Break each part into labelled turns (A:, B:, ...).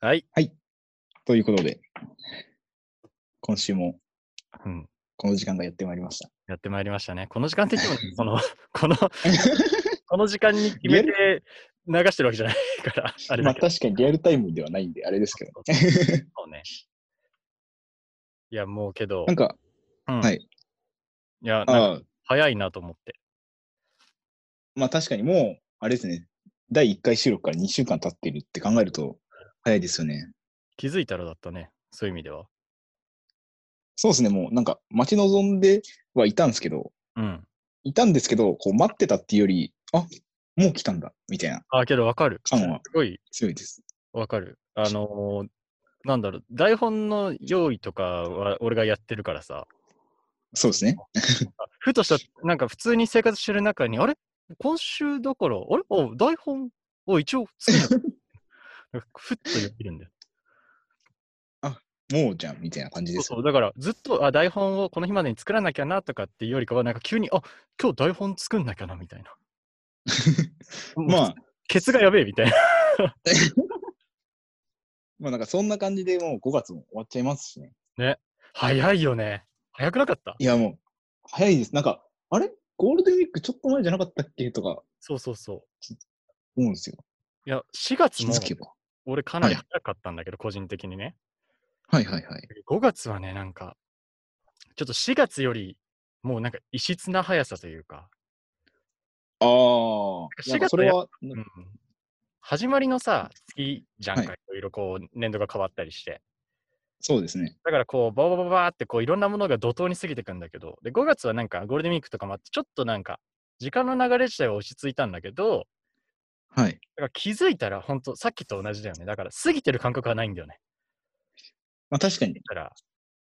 A: はい。
B: ということで、今週も
A: うん。
B: この時間がやってまいりました。
A: やってまいりましたね。この時間って言っても、そ の、 この、この時間に決めて流してるわけじゃない から、あれだ
B: まあ
A: けど。
B: 確かにリアルタイムではないんで、あれですけど。
A: そうね。いや、もうけど
B: な、んか、
A: うん
B: はいい。
A: や、なんか
B: ああ、
A: 早いなと思って。
B: まあ確かにもう、あれですね、第1回収録から2週間経ってるって考えると、早いですよね。
A: 気づいたらだったね。そういう意味では。
B: そうですね、もうなんか待ち望んではいたんですけど、
A: うん。
B: いたんですけど、こう待ってたっていうより、あもう来たんだ、みたいな
A: あ、けどわかる。す
B: 感は
A: ごい
B: 強いです。
A: わかる。あのーなんだろう、台本の用意とかは俺がやってるからさ、
B: そうですね。
A: ふとした、なんか普通に生活してる中に、あれ今週だから、あれお台本を一応作 るのなんかふっと言ってるんだよ。
B: もうじゃん、みたいな感じ
A: そ
B: で
A: う
B: す。
A: そうだからずっとあ台本をこの日までに作らなきゃなとかっていうよりかは、なんか急に、あ今日台本作んなきゃなみたいな。
B: まあ、
A: ケツがやべえみたいな。
B: まあなんかそんな感じでもう5月も終わっちゃいますしね。
A: 早いよね。早くなかった
B: いやもう、早いです。なんか、あれゴールデンウィークちょっと前じゃなかったっけとか思
A: そうそうそう。
B: うんですよ。
A: いや、4月
B: 気
A: も
B: づけば。
A: 俺かなり
B: は
A: 早かったんだけど、個人的にね。
B: はいはいはい。
A: 5月はね、なんか、ちょっと4月より、もうなんか異質な速さというか、
B: ああ、なんかそれは、
A: うん、始まりのさ、月じゃんか、
B: はい
A: ろいろこう、年度が変わったりして、
B: そうですね。
A: だからこう、バババババーってこう、いろんなものが怒涛に過ぎてくんだけど、で、5月はなんか、ゴールデンウィークとかもあって、ちょっとなんか、時間の流れ自体は落ち着いたんだけど、
B: は
A: だ
B: い。
A: から気づいたら、ほんと、さっきと同じだよね。だから、過ぎてる感覚はないんだよね。
B: まあ確かに、
A: だから、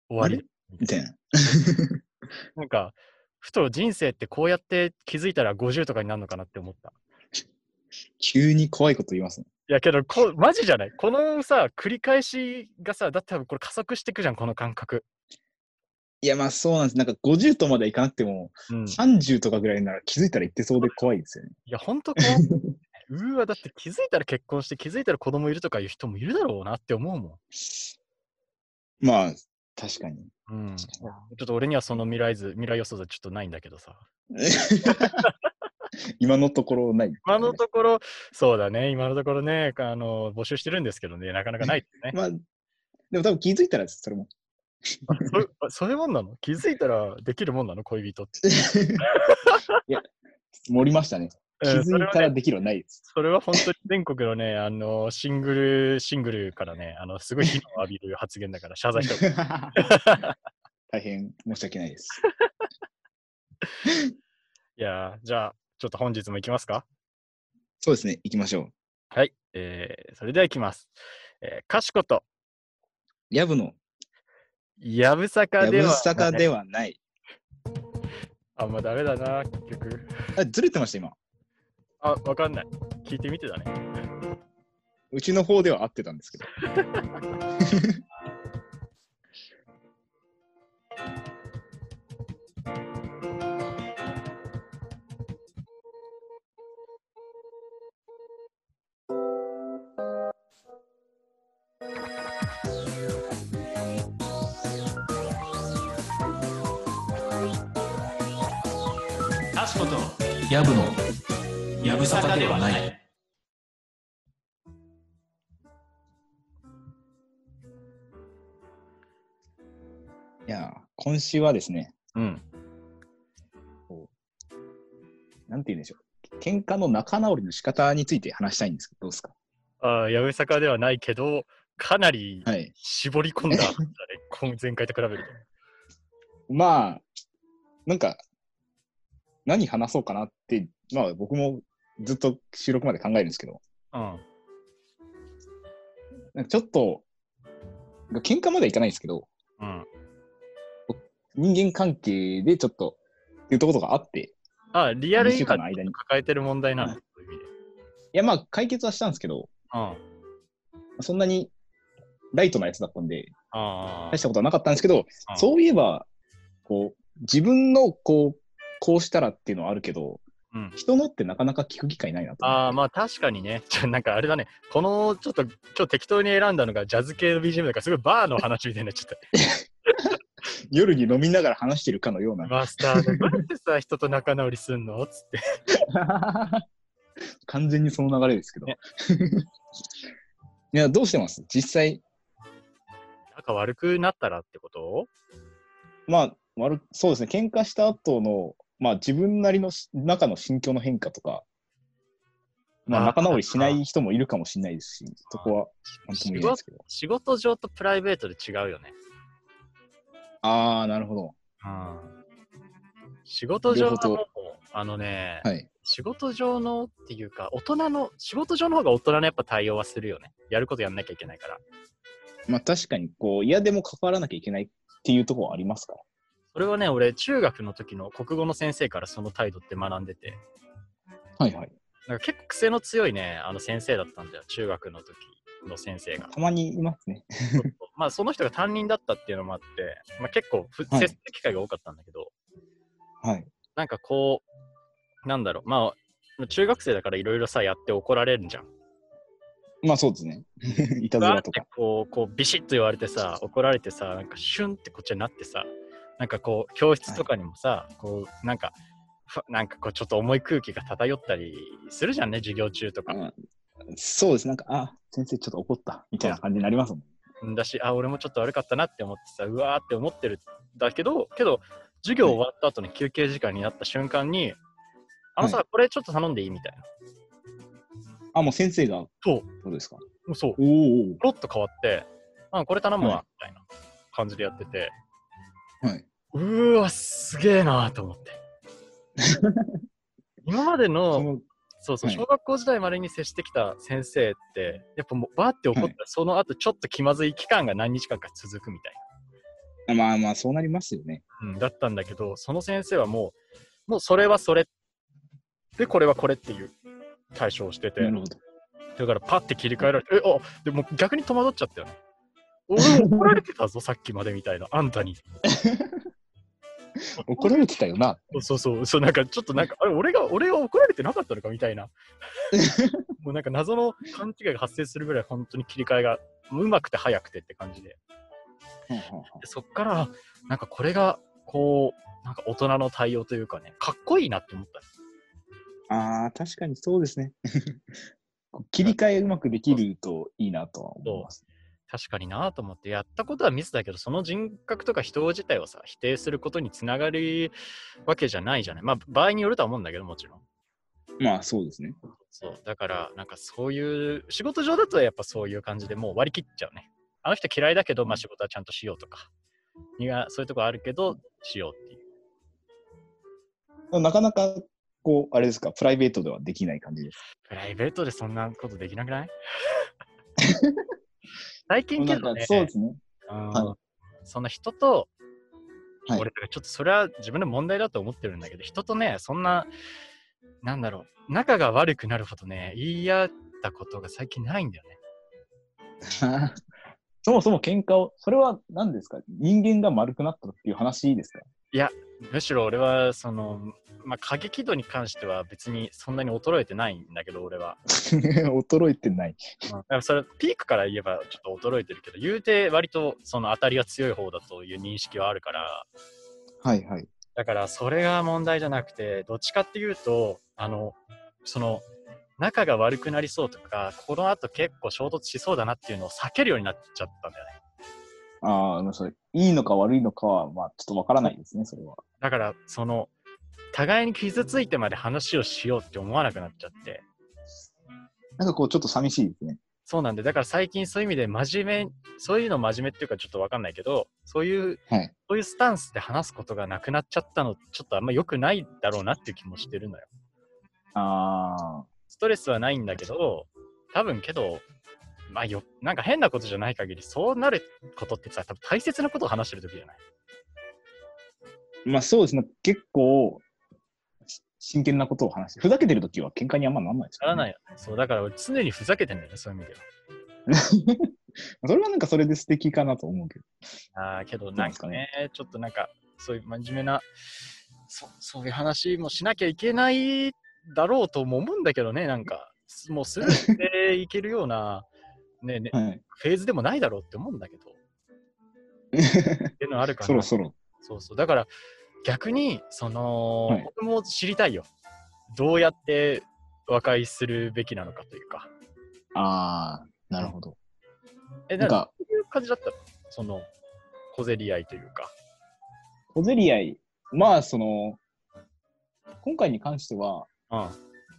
A: 終わ
B: あ
A: り
B: れ。みたいな。
A: なんか、ふと人生ってこうやって気づいたら50とかになるのかなって思った。
B: 急に怖いこと言いますね。
A: いやけどこ、マジじゃないこのさ、繰り返しがさ、だって多分これ加速していくじゃん、この感覚。
B: いやまあそうなんです。なんか50とまではいかなくても、
A: うん、い
B: 30とかぐらいなら気づいたら行ってそうで怖いですよね。
A: や、ほんとこう、 うーわ、だって気づいたら結婚して、気づいたら子供いるとかいう人もいるだろうなって思うも
B: まあ、確かに。
A: ん。うん、ちょっと俺にはその未来図、未来予想図はちょっとないんだけどさ。
B: 今のところ ない。
A: 今のところ、そうだね、今のところね、あの、募集してるんですけどね、なかなかない ですね。
B: まあ、でも多分気づいたらそれも。
A: そそういうもんなの気づいたらできるもんなの恋人って。
B: いや、盛りましたね。気
A: うんそ
B: づ
A: れ
B: い
A: は
B: た
A: ね
B: らできるはないです。
A: それは本当に全国のね、あの、シングル、シングルからね、あの、すごい火を浴びる発言だから、謝罪 して
B: 大変申し訳ないです。
A: いやーじゃあ、ちょっと本日も行きますか
B: そうですね、行きましょう。
A: はい。えー、それでは行きます。えー、かしこと、
B: やぶの、
A: やぶさか
B: や
A: では、
B: ぶさかではない。
A: あんまダメだな、結局。
B: あ、ずれてました、今。
A: あ、わかんない。聞いてみてだね。
B: うちの方では合ってたんですけど。
C: かしことやぶのやぶさかではない
B: いやー、今週はですね、
A: うん。
B: なんて言うんでしょう。喧嘩の仲直りの仕方について話したいんですけど、どうですか
A: あーやぶさかではないけど、かなり
B: はい。
A: 絞り込んだ、ね、 今前回と比べる
B: まあ、なんか、何話そうかなって、まあ僕もずっと収録まで考えるんですけど、
A: と。うん。
B: なんかちょっと、喧嘩まではいかないんですけど、
A: うん。
B: 人間関係でちょっと、っていうところがあって、
A: あ、リアル
B: 2
A: に
B: 週
A: 今
B: 間の間に。い
A: 抱えてる問題なの、
B: う
A: そういう意味で。
B: や、まあ解決はしたんですけど、
A: うん。
B: そんなにライトなやつだったんで、
A: あ
B: 大したことはなかったんですけど、
A: あ。
B: そういえば、こう、自分のこう、こうしたらっていうのはあるけど、
A: ううん
B: 人のってなかなか聞く機会ないなと思って。
A: ああ、まあ確かにね。ちょなんかあれだね。この、ちょっと、今日適当に選んだのがジャズ系の BGM だから、すごいバーの話みたいになっちゃっ
B: 夜に飲みながら話してるかのよ う
A: た。
B: な。
A: マスタード、どうやってさ、人と仲直りすんのつって。
B: 完全にその流れですけど。
A: ね
B: いや、どうしてます実際、
A: 仲悪くなったらってこと
B: まあ、悪そうですね、喧嘩した後の、まあ、自分なりのし中の心境の変化とか、ま
A: あ
B: あ、
A: ー
B: 仲直りしない人もいるかもしれないですし、そこはなんとも言えないですけど。
A: 仕事上とプライベートで違うよね。
B: ああ、なるほど。
A: うん。仕事上は
B: 両方と
A: もう、あのね、
B: はい。
A: 仕事上のっていうか、大人の、仕事上の方が大人のやっぱ対応はするよね。やることやんなきゃいけないから。
B: まあ、確かに、こう、嫌でも関わらなきゃいけないっていうところはありますから。
A: それはね、俺、中学の時の国語の先生からその態度って学んでて、
B: はいはい。
A: なんか結構癖の強いね、あの先生だったんだよ、中学の時の先生が。
B: たまにいますね。
A: そうそうまあ、その人が担任だったっていうのもあって、まあ、結構ふ、
B: はい
A: 接する機会が多かったんだけど、
B: はい。
A: なんかこう、なんだろう、まあ、中学生だからいろいろさ、やって怒られるじゃん。
B: まあ、そうですね。 いたずら
A: わ
B: と
A: ーっ
B: か。
A: てこう、こうビシッと言われてさ、怒られてさ、なんかシュンってこっちになってさ、なんかこう、教室とかにもさ、こう、なんか、ふわなんかこう、ちょっと重い空気が漂ったりするじゃんね、授業中とか。
B: そうです。なんか、あ、先生ちょっと怒った、みたいな感じになりますもん。
A: だし、あ、俺もちょっと悪かったなって思ってさ、うわーって思ってるんだけど、けど、授業終わった後の休憩時間になった瞬間に、あのさ、これちょっと頼んでいいみたいな。
B: あ、もう先生が、ど
A: そう
B: うですか
A: もうそう。
B: おーお
A: ポロッと変わって、あこれ頼むわ、
B: は
A: みた
B: い
A: いな感じでやってて、
B: ーはい。
A: うーわ、すげえなーと思 って。今まで
B: そ
A: の、
B: の
A: そうそう、
B: はい
A: 小学校時代までに接してきた先生って、やっぱもう、バーって怒ったら、
B: はい
A: その後ちょっと気まずい期間が何日間か続くみたい
B: まあまあ、そうなりますよね。
A: な、うん、だったんだけど、その先生はもう、もうそれはそれ、で、これはこれっていう対処をしてて、
B: なるほど。
A: だからパッて切り替えられて、え、あでも逆に戸惑っちゃったよね。俺怒られてたぞ、さっきまでみたいな、あんたに。
B: 怒られてたよな。
A: そうそうそう、そうなんかちょっとなんか、あれ、俺が、俺が怒られてなかったのかみたいな。もうなんか謎の勘違いが発生するぐらい、本当に切り替えがうまくて早くてって感じで。でそっから、あなんかこれが、こう、なんか大人の対応というかね、かっこいいなって思った。
B: ああ、確かにそうですね。こ う切り替えうまくできるといいなとは思います。
A: 確かになと思って、やったことはミスだけど、その人格とか人自体をさ、否定することにつながるわけじゃないじゃない。まあ、場合によるとは思うんだけど、もちろん。
B: まあそうですね。
A: そう、だから、なんかそういう、仕事上だとやっぱそういう感じでもう割り切っちゃうね。あの人嫌いだけど、まあ仕事はちゃんとしようとか。いや、そういうとこあるけど、しようっていう。
B: なかなか、こう、あれですか、プライベートではできない感じです。
A: プライベートでそんなことできなくない 最近
B: な
A: け
B: んか
A: どね、
B: そうです ね。
A: うん
B: は
A: その人と、
B: はい
A: 俺、ちょっとそれは自分の問題だと思ってるんだけど、人とね、そんな、なんだろう、仲が悪くなるほどね、言い合ったことが最近ないんだよね。
B: そもそも喧嘩を、それは何ですか人間が丸くなったっていう話です か
A: むしろ俺は、その、まあ、過激度に関しては別にそんなに衰えてないんだけど、俺は。
B: 衰えてない。
A: だからそれ、ピークから言えばちょっと衰えてるけど、言うて割とその当たりが強い方だという認識はあるから、
B: はいはい。
A: だからそれが問題じゃなくてどっちかっていうとあのその仲が悪くなりそうとかこの後結構衝突しそうだなっていうのを避けるようになっちゃったんだよね
B: ああ、まあそれ、いいのか悪いのかは、まあちょっとわからないですね、それは。
A: だからその互いに傷ついてまで話をしようって思わなくなっちゃって
B: なんかこう、ちょっと寂しいですね。
A: そうなんでだから最近そういう意味で真面目そういうの真面目っていうかちょっとわかんないけどそういう
B: はい。
A: そういうスタンスで話すことがなくなっちゃったのちょっとあんま良くないだろうなっていう気もしてるのよ
B: あ
A: ストレスはないんだけど、多分けど、まあよ、なんか変なことじゃない限り、そうなることってさ、多分大切なことを話してる時じゃない
B: あ、まあそうですね。結構、し真剣なことを話して、ふざけてるときは喧嘩にあんまなんないです。
A: ならないいよね。そう、だから俺常にふざけてんだよね、そういう意味で
B: それはなんかそれで素敵かなと思うけど。
A: は。ああ、けど
B: うな
A: なんん
B: です
A: か
B: か
A: ね
B: ね、
A: ちょっとなんか、そういう真面目な、そそういう話もしなきゃいけないだろうとも思うんだけどね、なんか、すもうスルーしていけるような、ねね、
B: はい。
A: フェーズでもないだろうって思うんだけど、っていうのはあるから、
B: そろそろ。
A: そうそう。だから、逆に、その、
B: はい
A: 僕も知りたいよ。どうやって和解するべきなのかというか。
B: ああ、なるほど。
A: え、な
B: な
A: んか、
B: んか、
A: どういう感じだったのその、小競り合いというか。
B: 小競り合い。まあ、その、今回に関しては、
A: うん。はい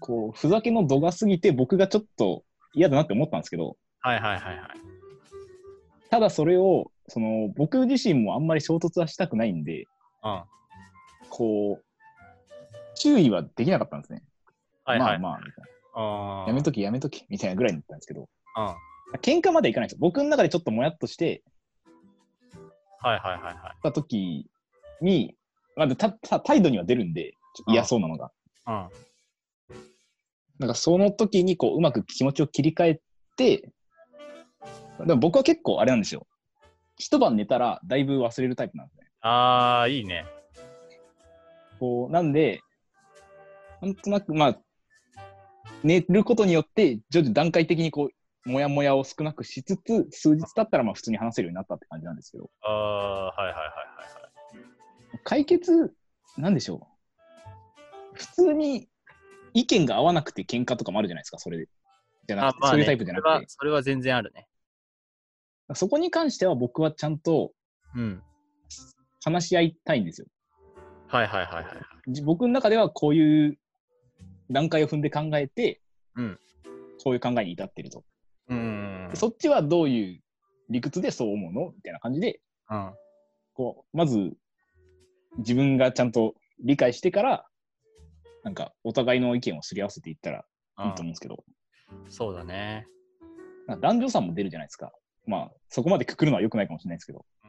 B: こう、ふざけの度が過ぎて、僕がちょっと嫌だなって思ったんですけど、
A: はいはいはい。
B: ただそれを、その、僕自身もあんまり衝突はしたくないんで、
A: うん。は
B: こう、注意はできなかったんです
A: い
B: ね。
A: はい。
B: まあまあ、みたい
A: あ
B: な
A: ー
B: やめときやめとき、みたいなぐらいになったんですけど、
A: うん。はい
B: 喧嘩までいかないですよ。僕の中でちょっともやっとして
A: はいはいは
B: た時に、まあ、たた態度には出るんで、ちょっと
A: あ
B: 嫌
A: あ
B: そうなのが。
A: い。うん。
B: なんかその時にこう、うまく気持ちを切り替えて、でも僕は結構あれなんですよ。一晩寝たらだいぶ忘れるタイプなんですね。
A: ああ、いいね。
B: こう、なんで、なんとなく、まあ、寝ることによって、徐々に段階的にこう、もやもやを少なくしつつ、数日経ったらまあ普通に話せるようになったって感じなんですけど、
A: ああ、はいはいはいはいはい。
B: 解決、なんでしょう。普通に意見が合わなくて喧嘩とかもあるじゃないですか、それじゃなくて、そういうタイプじゃな
A: それ
B: く
A: は
B: て。
A: それは全然あるね。
B: そこに関しては僕はちゃんと
A: うん。
B: 話し合いたいんですよ。
A: はいはいはいはい。
B: じ僕の中ではこういう段階を踏んで考えて、
A: うん
B: こういう考えに至ってると。
A: うん。
B: そっちはどういう理屈でそう思うのみたいな感じで、
A: うん。
B: こう、まず自分がちゃんと理解してから、なんかお互いの意見をすり合わせていったら
A: う
B: いいと思うん
A: ん
B: ですけど、
A: そうだね。
B: なんか男女差も出るじゃないですか。まあ、そこまでくくるのは良くないかもしれないですけど。
A: うん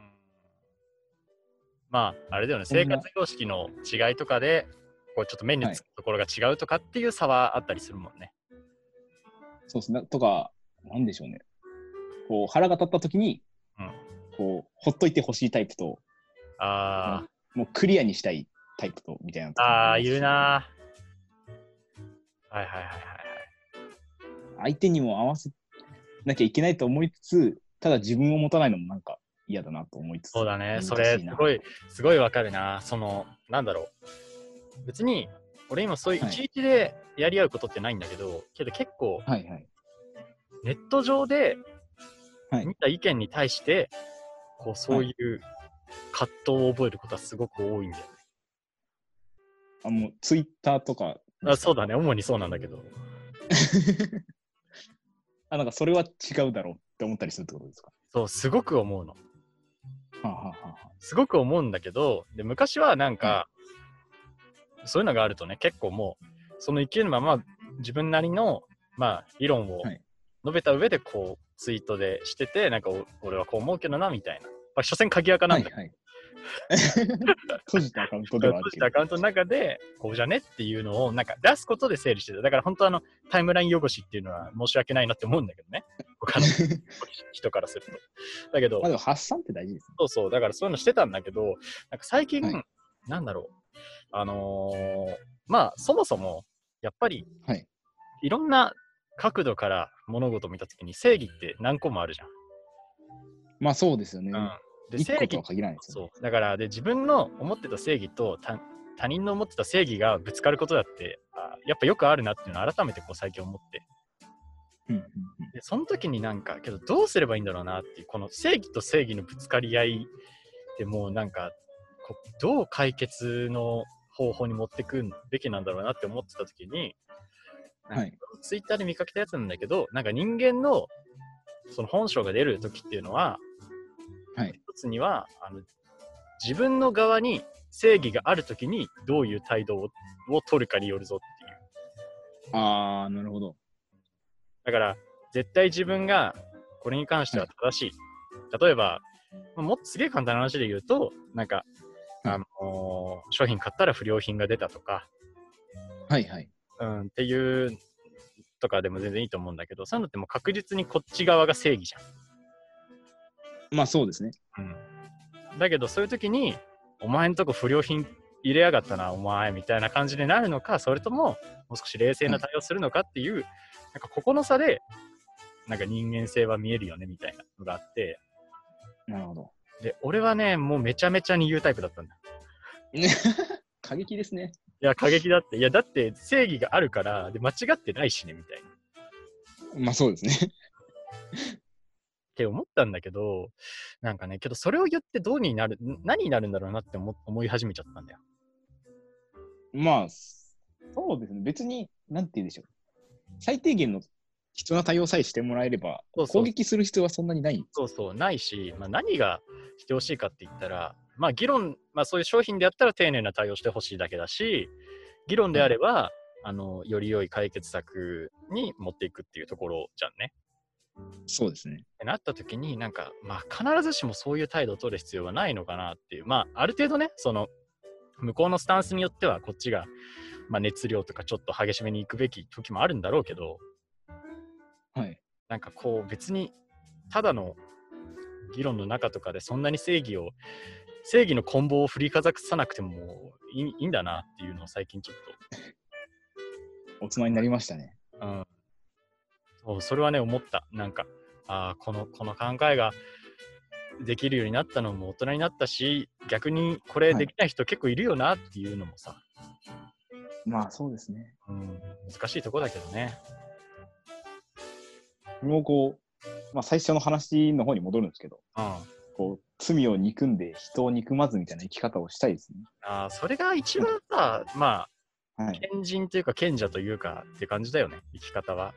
A: まあ、あれだよね、
B: そんな
A: 生活様式の違いとかで、こうちょっと目につくところが違うとかっていう差はあったりするもんね。
B: そうですね。とか、なんでしょうね。こう、腹が立った時に、
A: うん
B: こう、ほっといてほしいタイプと、
A: あ
B: もうクリアにしたいタイプと、みたいなと
A: あ、
B: こも
A: ああ、
B: りますし
A: 言う。なー。はいはいはいはい
B: 相手にも合わせなきゃいけないと思いつつ、ただ自分を持たないのもなんか嫌だなと思いつつ。
A: そうだね
B: 難しい
A: それ
B: な
A: すごいすごいわかるなそのなんだろう別に俺今そういう
B: はい
A: 一日でやり合うことってないんだけど、けど結構
B: はいはい。
A: ネット上で
B: はい
A: 見た意見に対して、こうそういう葛藤を覚えることはすごく多いんだよね
B: あもうツイッターとか、
A: あそうだね、主にそうなんだけど。
B: あ、なんかそれは違うだろうって思ったりするってことですか。
A: そう、すごく思うの。
B: はあ、はあはあ、
A: すごく思うんだけど、で昔はなんか、そういうのがあるとね、結構もう、その勢いのまま自分なりの、まあ、理論を
B: は
A: 述
B: い
A: べた上で、こう、ツイートでしてて、なんか、お俺はこう思うけどな、みたいな。まあ、所詮鍵垢なんだけど
B: はいはい。 閉じたアカウントではある
A: 閉じ
B: け
A: た
B: ど
A: ア。カウントの中で、こうじゃねっていうのをなんか出すことで整理してた。だから本当あの、タイムライン汚しっていうのは申し訳ないなって思うんだけどね。他の人からすると。だけど
B: まあ、でも発散って大事ですね。
A: そうそう、だからそういうのしてたんだけど、なんか最近、
B: はい
A: なんだろう、あのーまあ、そもそも、やっぱり、
B: はい、
A: ろんな角度から物事を見たときに、正義って何個もあるじゃん。
B: まあそうですよね。
A: で
B: 一
A: 正
B: 個
A: 義
B: とは限らないですよ、ね。
A: そうだからで自分の思ってた正義と他他人の思ってた正義がぶつかることだってあやっぱよくあるなっていうのを改めてこう最近思って
B: うんうん
A: でその時になんかけどどうすればいいんだろうなっていうこの正義と正義のぶつかり合いでもうなんかこうどう解決の方法に持ってくべきなんだろうなって思ってた時に
B: うんはい。
A: ツイッターで見かけたやつなんだけどなんか人間のその本性が出る時っていうのは、
B: はい
A: 一つにはあの自分の側に正義がある時にどういう態度をを取るかによるぞっていう
B: ああ、なるほど。
A: だから絶対自分がこれに関しては正しい、例えばまあもっとすげえ簡単な話で言うとなんか、
B: うん
A: あのー商品買ったら不良品が出たとか、
B: はいはい。
A: うん、っていうとかでも全然いいと思うんだけどそういうのってもう確実にこっち側が正義じゃん
B: まあそうですね。
A: うんだけどそういう時にお前んとこ不良品入れやがったな、お前みたいな感じになるのか、それとも、もう少し冷静な対応するのかっていう、なんかここの差で、なんか人間性は見えるよねみたいなのがあって、
B: なるほど。
A: で、俺はね、もうめちゃめちゃに言うタイプだったんだ。
B: 過激ですね。
A: いや、過激だって、いや、だって正義があるから、で、間違ってないしね、みたいな。っ
B: まあそうですね。
A: て思ったんだけど、なんかね、けどそれを言ってどうになる、ん何になるんだろうなって思思い始めちゃったんだよ。
B: まあ、そうですね。別に、なんて言うんでしょう。最低限の必要な対応さえしてもらえれば、
A: そうそう
B: 攻撃する必要はそんなにない。
A: そうそう、ないし、まあ、何がしてほしいかって言ったら、まあ、議論、まあ、そういう商品であったら丁寧な対応してほしいだけだし、議論であれば、あのより良い解決策に持っていくっていうところじゃんね。
B: そうですね。
A: ってなった時に、なんか、まあ、必ずしもそういう態度を取る必要はないのかなっていう、まあ、ある程度ね、その、向こうのスタンスによっては、こっちが、まあ、熱量とかちょっと激しめに行くべき時もあるんだろうけど、
B: はい。
A: なんかこう別にただの議論の中とかでそんなに正義を正義の棍棒を振りかざさなくてもいいいいんだなっていうのを最近ちょっ
B: 大人になりましたね。
A: と、うん、そうそれはね思ったなんかあーこのこの考えができるようになったのも大人になったし逆にこれできない人結構いるよなっていうのもさ、
B: まあそうですね。
A: うん、難しいとこだけどね
B: もうこう、まあ最初の話の方に戻るんですけど、
A: うん
B: こう、罪を憎んで人を憎まずみたいな生き方をしたいです
A: あーそれが一番さまあ
B: ね。はい。
A: 賢人というか賢者というかって感じだよね生き方は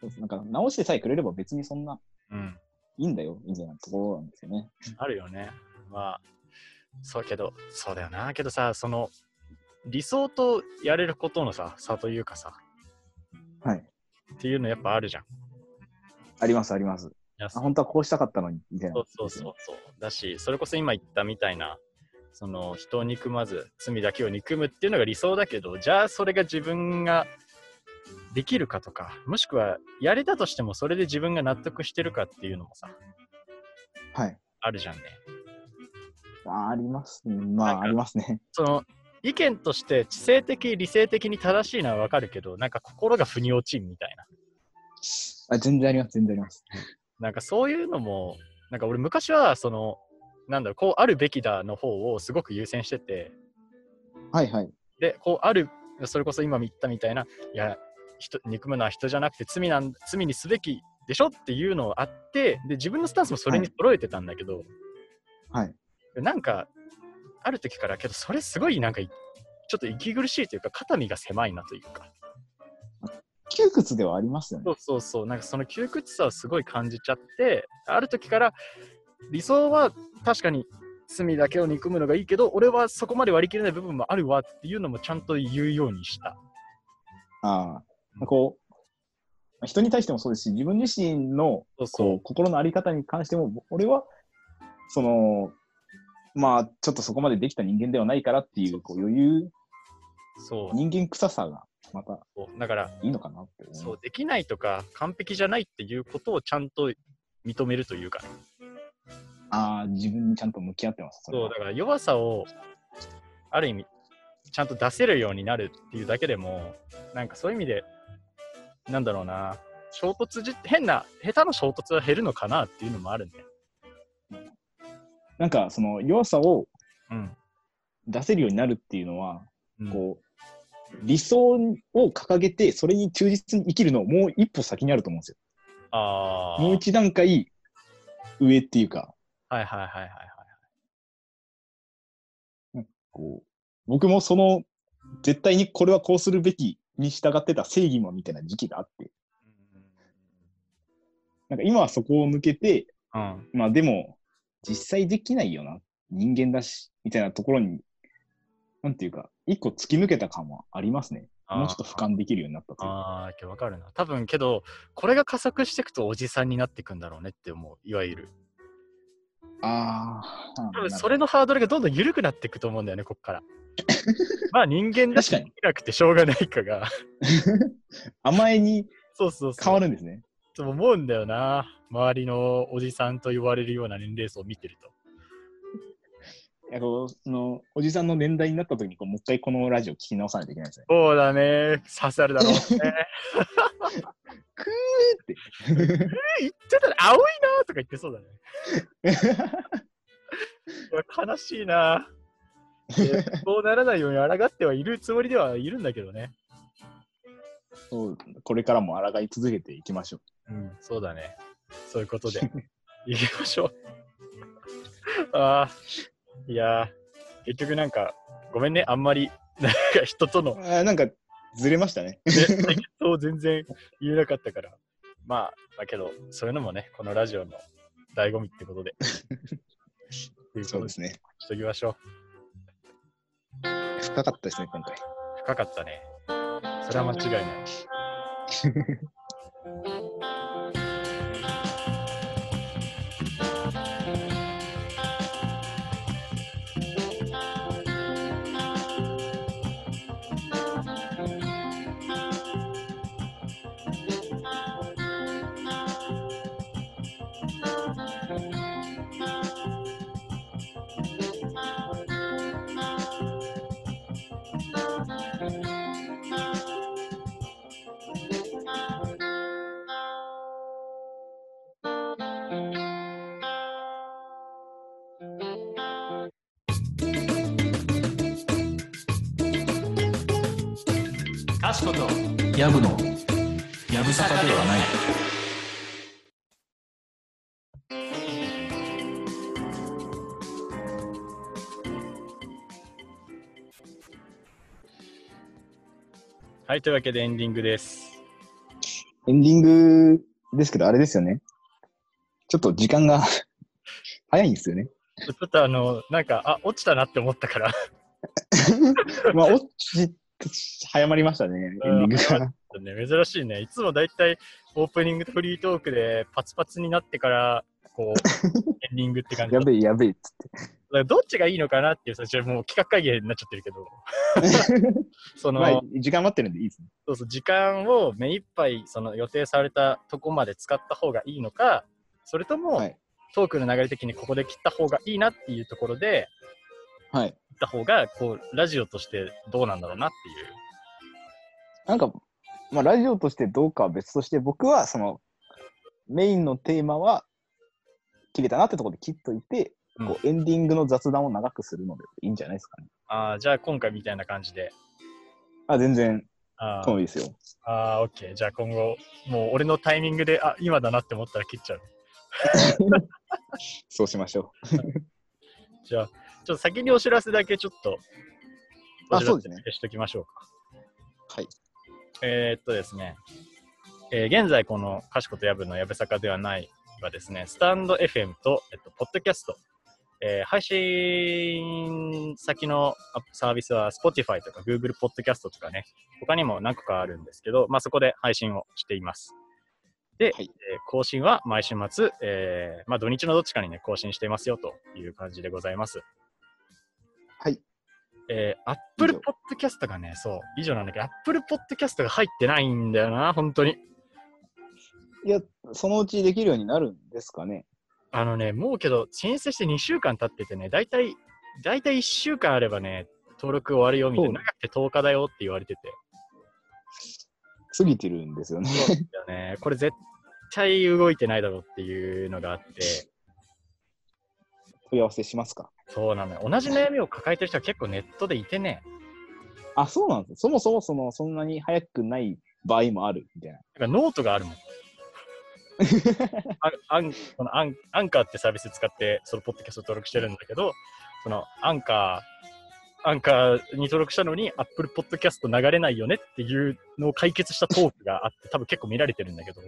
B: そうですなんか直してさえくれれば別にそんな
A: うん
B: いいんだよ、みたいなところなんですよね。
A: あるよねまあそうけどそうだよなけどさその理想とやれることのさ差というかさ
B: はい
A: っていうのやっぱあるじゃんい
B: あります、あります。
A: や
B: あ、本当はこうしたかったのに、みたいな。
A: そうそうそうそうだしそれこそ今言ったみたいなその人を憎まず罪だけを憎むっていうのが理想だけどじゃあそれが自分ができるかとかもしくはやれたとしてもそれで自分が納得してるかっていうのもさ
B: はい。
A: あるじゃんね
B: あありますね。ま
A: なん
B: あ、
A: か
B: ありますね。
A: その意見として知性的理性的に正しいのはわかるけどなんか心が腑に落ちんみたいな
B: あ全然あります、全然あります。
A: なんかそういうのもなんか俺昔はそのなんだろうこうあるべきだの方をすごく優先してて
B: はいはい。
A: でこうあるそれこそ今言ったみたいないや人憎むのは人じゃなくて罪なん罪にすべきでしょっていうのがあってで自分のスタンスもそれに揃えてたんだけど、
B: はい。
A: なんかある時からけどそれすごいなんかいちょっと息苦しいというか肩身が狭いなというか
B: 窮屈ではありますよね
A: そ。うそうそう、なんかその窮屈さをすごい感じちゃって、ある時から理想は確かに罪だけを憎むのがいいけど、俺はそこまで割り切れない部分もあるわっていうのもちゃんと言うようにした。
B: ああ。こう、まあ人に対してもそうですし、自分自身の
A: そう
B: こう心のあり方に関しても、俺は、その、まあ、ちょっとそこまでできた人間ではないからってい
A: そう
B: うこう余裕、
A: う。そ
B: 人間臭さがまた
A: う。だから、
B: いいのかなって思
A: そう、できないとか完璧じゃないっていうことをちゃんと認めるというか、
B: ああ、自分にちゃんと向き合ってます。れ
A: そう、
B: は
A: だから弱さをある意味、ちゃんと出せるようになるっていうだけでも、なんかそういう意味で、なんだろうな、衝突じ、変な、下手な衝突は減るのかなっていうのもあるんだよ。
B: なんか、その弱さを
A: うん。
B: 出せるようになるっていうのは、
A: うん
B: こう、理想を掲げて、それに忠実に生きるのもう一歩先にあると思うんですよ。
A: ああ。
B: もう一段階上っていうか、
A: はいはいはいはいはい。
B: こう、僕もその、絶対にこれはこうするべきに従ってた正義もみたいな時期があって、なんか今はそこを抜けて、
A: うん。
B: まあでも、実際できないよな。人間だし、みたいなところに、なんていうか、一個突き抜けた感はありますね。もうちょっと俯瞰できるようになったというか。
A: ああ、わかるな。多分けど、これが加速していくとおじさんになっていくんだろうねって思う、いわゆる。
B: ああ。
A: 多分それのハードルがどんどん緩くなっていくと思うんだよね、こっ から。まあ人間だし、
B: 確
A: で
B: かに
A: きなくてしょうがないかが。
B: 甘えに
A: そうそうそう。
B: 変わるんですね。
A: と思うんだよな。周りのおじさんと言われるような年齢層を見てると。
B: いやこうそのおじさんの年代になった時にこうもう一回このラジオ聞き直さないといけないですね。
A: そうだね。刺さるだろうね。
B: く
A: 言ってたら、青いなーとか言ってそうだね。
B: ーって。
A: いや悲しいなでそうならないように抗ってはいるつもりではいるんだけどね。
B: そうこれからも抗い続けていきましょう。
A: うん、そうだね。そういうことで。 行きましょう。 ああ、いやー、結局なんか、ごめんね、あんまり、なんか人との、
B: あーなんかずれましたね。
A: そう全然言えなかったから。まあ、だけど、そういうのもね、このラジオの醍醐味ってこと で。というこ
B: そう
A: と
B: で
A: です
B: ね。
A: しときましょう。
B: 深かったですね、今回。
A: 深かったね。それは間違いない。
C: かしことヤブのやぶさかではない
A: はい、というわけでエンディングです。
B: エンディングですけど、あれですよね。ちょっと時間が早いんですよね。
A: ちょっとあの、なんか、あ、落ちたなって思ったから、
B: まあ、落ち、早まりましたね、エンディングが。
A: ね、珍しいね。いつもだいたいオープニングとフリートークでパツパツになってから、こ う、エンディングって感じ
B: や
A: だか
B: べえ、やべえっつっ
A: らどっちがいいのかなっていう、それもう企画会議になっちゃってるけど、
B: て。
A: その、
B: まあ、時間待ってるんでいいですね。
A: そうそう時間を目いっぱいその予定されたとこまで使った方がいいのか、それとも、
B: はい
A: トークの流れ的にここで切った方がいいなっていうところで、
B: はい。
A: 切った方が、こう、ラジオとしてどうなんだろうなっていう。
B: なんか、まあ、ラジオとしてどうかは別として、僕は、その、メインのテーマは、切れたなってところで切っといて、
A: うん
B: こうエンディングの雑談を長くするのでいいんじゃないですかね。
A: ああ、じゃあ今回みたいな感じで。
B: あ、全然、
A: あー
B: 遠いですよ。
A: あー、オッケー。じゃあ今後、もう俺のタイミングで、あ、今だなって思ったら切っちゃう。
B: そうしましょ
A: じゃあ、ちょっと先にお知らせだけちょっと、お
B: あ
A: 知らせ
B: そうですね
A: しときましょうか。
B: う。はい。
A: えー、っとですね、えー現在この「かしことやぶのやぶさかではない」はですね、スタンド FM と、えっと、ポッドキャスト、えー配信先のあサービスは Spotify とか Google ポッドキャストとかね、他にも何個かあるんですけど、まあ、そこで配信をしています。で、
B: はい
A: えー更新は毎週末、えーまあ、土日のどっちかにね、更新してますよという感じでございます。
B: はい。
A: えー、Apple Podcast がね、そう、以上なんだけど、Apple Podcast が入ってないんだよな、本当に。
B: いや、そのうちできるようになるんですかね。
A: あのね、もうけど、申請して2週間経っててね、大体、大体1週間あればね、登録終わるよみたいな、
B: そ
A: 長くて10日だよって言われてて。
B: 過ぎてるんですよね。
A: そうなんだよね、これ絶対動いてないだろうっていうのがあって、
B: 問い合わせしますか。
A: そうなのよ。同じ悩みを抱えてる人は結構ネットでいてね、
B: あ、そうなんですねそもそもその、そんなに早くない場合もあるみたいな。
A: なんかノートがあるも ん。あアンこのアンアンカーってサービス使って、そのポッドキャスト登録してるんだけど、そのアンカー、アンカーに登録したのに、Apple Podcast 流れないよねっていうのを解決したトークがあって、多分結構見られてるんだけ ど、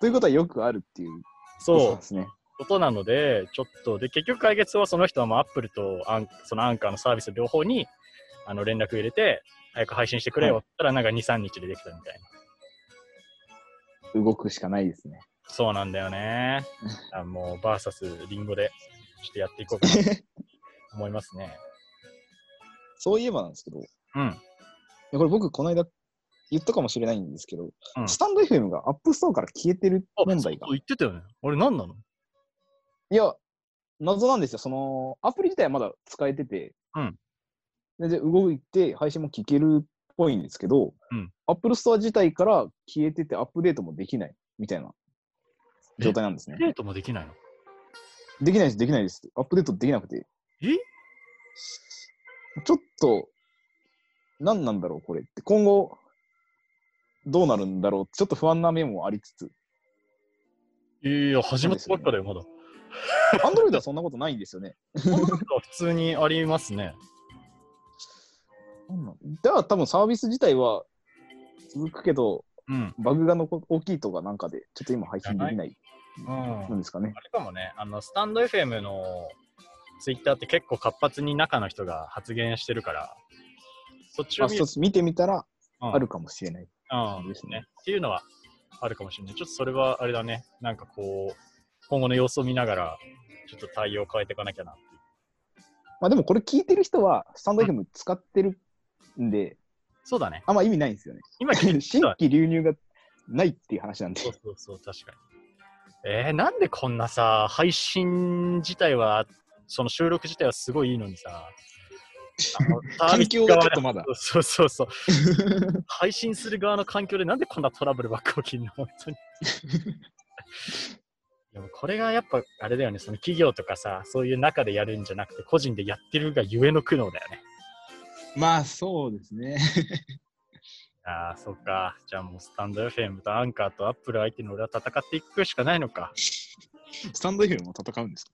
B: ということはよくあるっていうことなん
A: そ
B: ですね。
A: う、ことなので、ちょっと、で、結局解決はその人はもう Apple とアンそのアンカーのサービス両方にあの連絡入れて、早く配信してくれよって言ったら、なんか2、3日でできたみたいな。
B: 動くしかないですね。
A: そうなんだよね。あもう、バーサスリンゴで、ちょっとやっていこうかなと思いますね。
B: そういえばなんですけど、い
A: うん。
B: やこれ僕この間言ったかもしれないんですけど、
A: うん
B: スタンド FM がアップストアから消えてる問題が
A: そう。言ってたよね。俺、何なの
B: いや、謎なんですよ。その、アプリ自体はまだ使えてて、
A: うん
B: 全然動いて配信も聞けるっぽいんですけど、
A: うん
B: アップルストア自体から消えててアップデートもできないみたいな状態なんですね
A: デ。ートもできないの
B: できないです、できないです。アップデートできなくて。
A: え
B: ちょっと、何なんだろう、これって。今後、どうなるんだろうちょっと不安な面もありつつ。
A: いや、始まったばっかだよ、まだ。
B: アンドロイドはそんなことないんですよね。
A: こんなことは普通にありますね。
B: なんなんだから多分サービス自体は続くけど、
A: うん。
B: バグがのこ大きいとかなんかで、ちょっと今配信できない
A: うん
B: なんですかね。
A: あれかもね、あの、スタンド FM のツイッターって結構活発に中の人が発言してるから、そっち
B: ま
A: を
B: あ、
A: 見
B: 一
A: る、
B: つ見てみたら、
A: うん
B: あるかもしれない。
A: うんですね。っていうのはあるかもしれない。ちょっとそれはあれだね、なんかこう、今後の様子を見ながら、ちょっと対応を変えていかなきゃなっていう。
B: まあでもこれ聞いてる人は、スタンド FM 使ってるんで、
A: そうだね。
B: あんま意味ないん ですよね。
A: 今聞いてる
B: 新
A: 人は
B: 規流入がないっていう話なんで
A: そ。うそうそう、確かに。えー、なんでこんなさ、配信自体は、その収録自体はすごいいいのにさ、あ のサービ
B: 環
A: ス
B: 境が
A: 側
B: ちょ
A: で
B: っとまだ。
A: そうそう そう。配信する側の環境でなんでこんなトラブルばっか起きるの本 当に。でもこれがやっぱあれだよね、その企業とかさ、そういう中でやるんじゃなくて、個人でやってるがゆえの苦悩だよね。
B: まあそうですね。
A: ああ、そっか。じゃあもうスタンド FM とアンカーとアップル相手に俺は戦っていくしかないのか。
B: スタンド FM も戦うんですか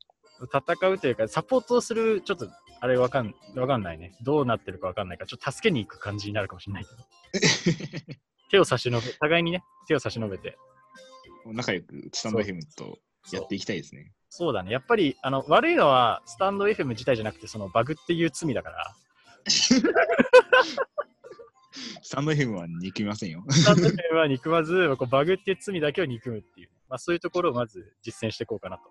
A: 戦うというか、サポートをする、ちょっとあれわかんわかんないね。どうなってるかわかんないから、ちょっと助けに行く感じになるかもしれないけど。手を差し伸べ、互いにね、手を差し伸べて。
B: 仲良くス
A: タンド FM
B: と
A: そう
B: いきたいですね。
A: そうだね。やっぱり、あの、悪いのは、スタンド FM 自体じゃなくて、そのバグっていう罪だから、
B: スタンド FM は憎みませんよ。
A: スタンド FM は憎まず、こうバグっていう罪だけを憎むっていう、まあ、そういうところをまず実践していこうかなと。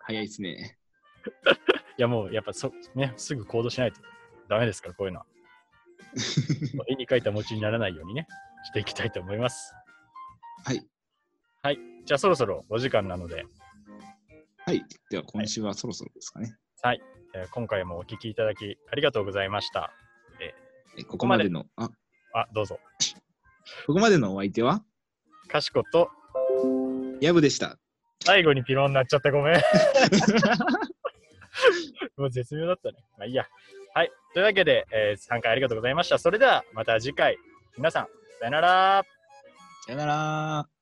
B: 早いですね。
A: いや、もう、やっぱそ、ね、すぐ行動しないとダメですから、こういう のは。絵に描いた餅にならないようにね、していきたいと思います。
B: はい。
A: はい。じゃあ、そろそろお時間なので、
B: はい。では今週はそろそろですかね。
A: はい。えー今回もお聞きいただき、ありがとうございました。
B: えここまでの、あ、こ
A: あ、どうぞ。
B: こまでのお相手は、
A: かしこと、
B: ヤブでした。
A: 最後にピロンになっちゃったご めん。もう絶妙だったね。まあいいや。はい。というわけで、えー参加ありがとうございました。それではまた次回、皆さん、さよなら。
B: さよなら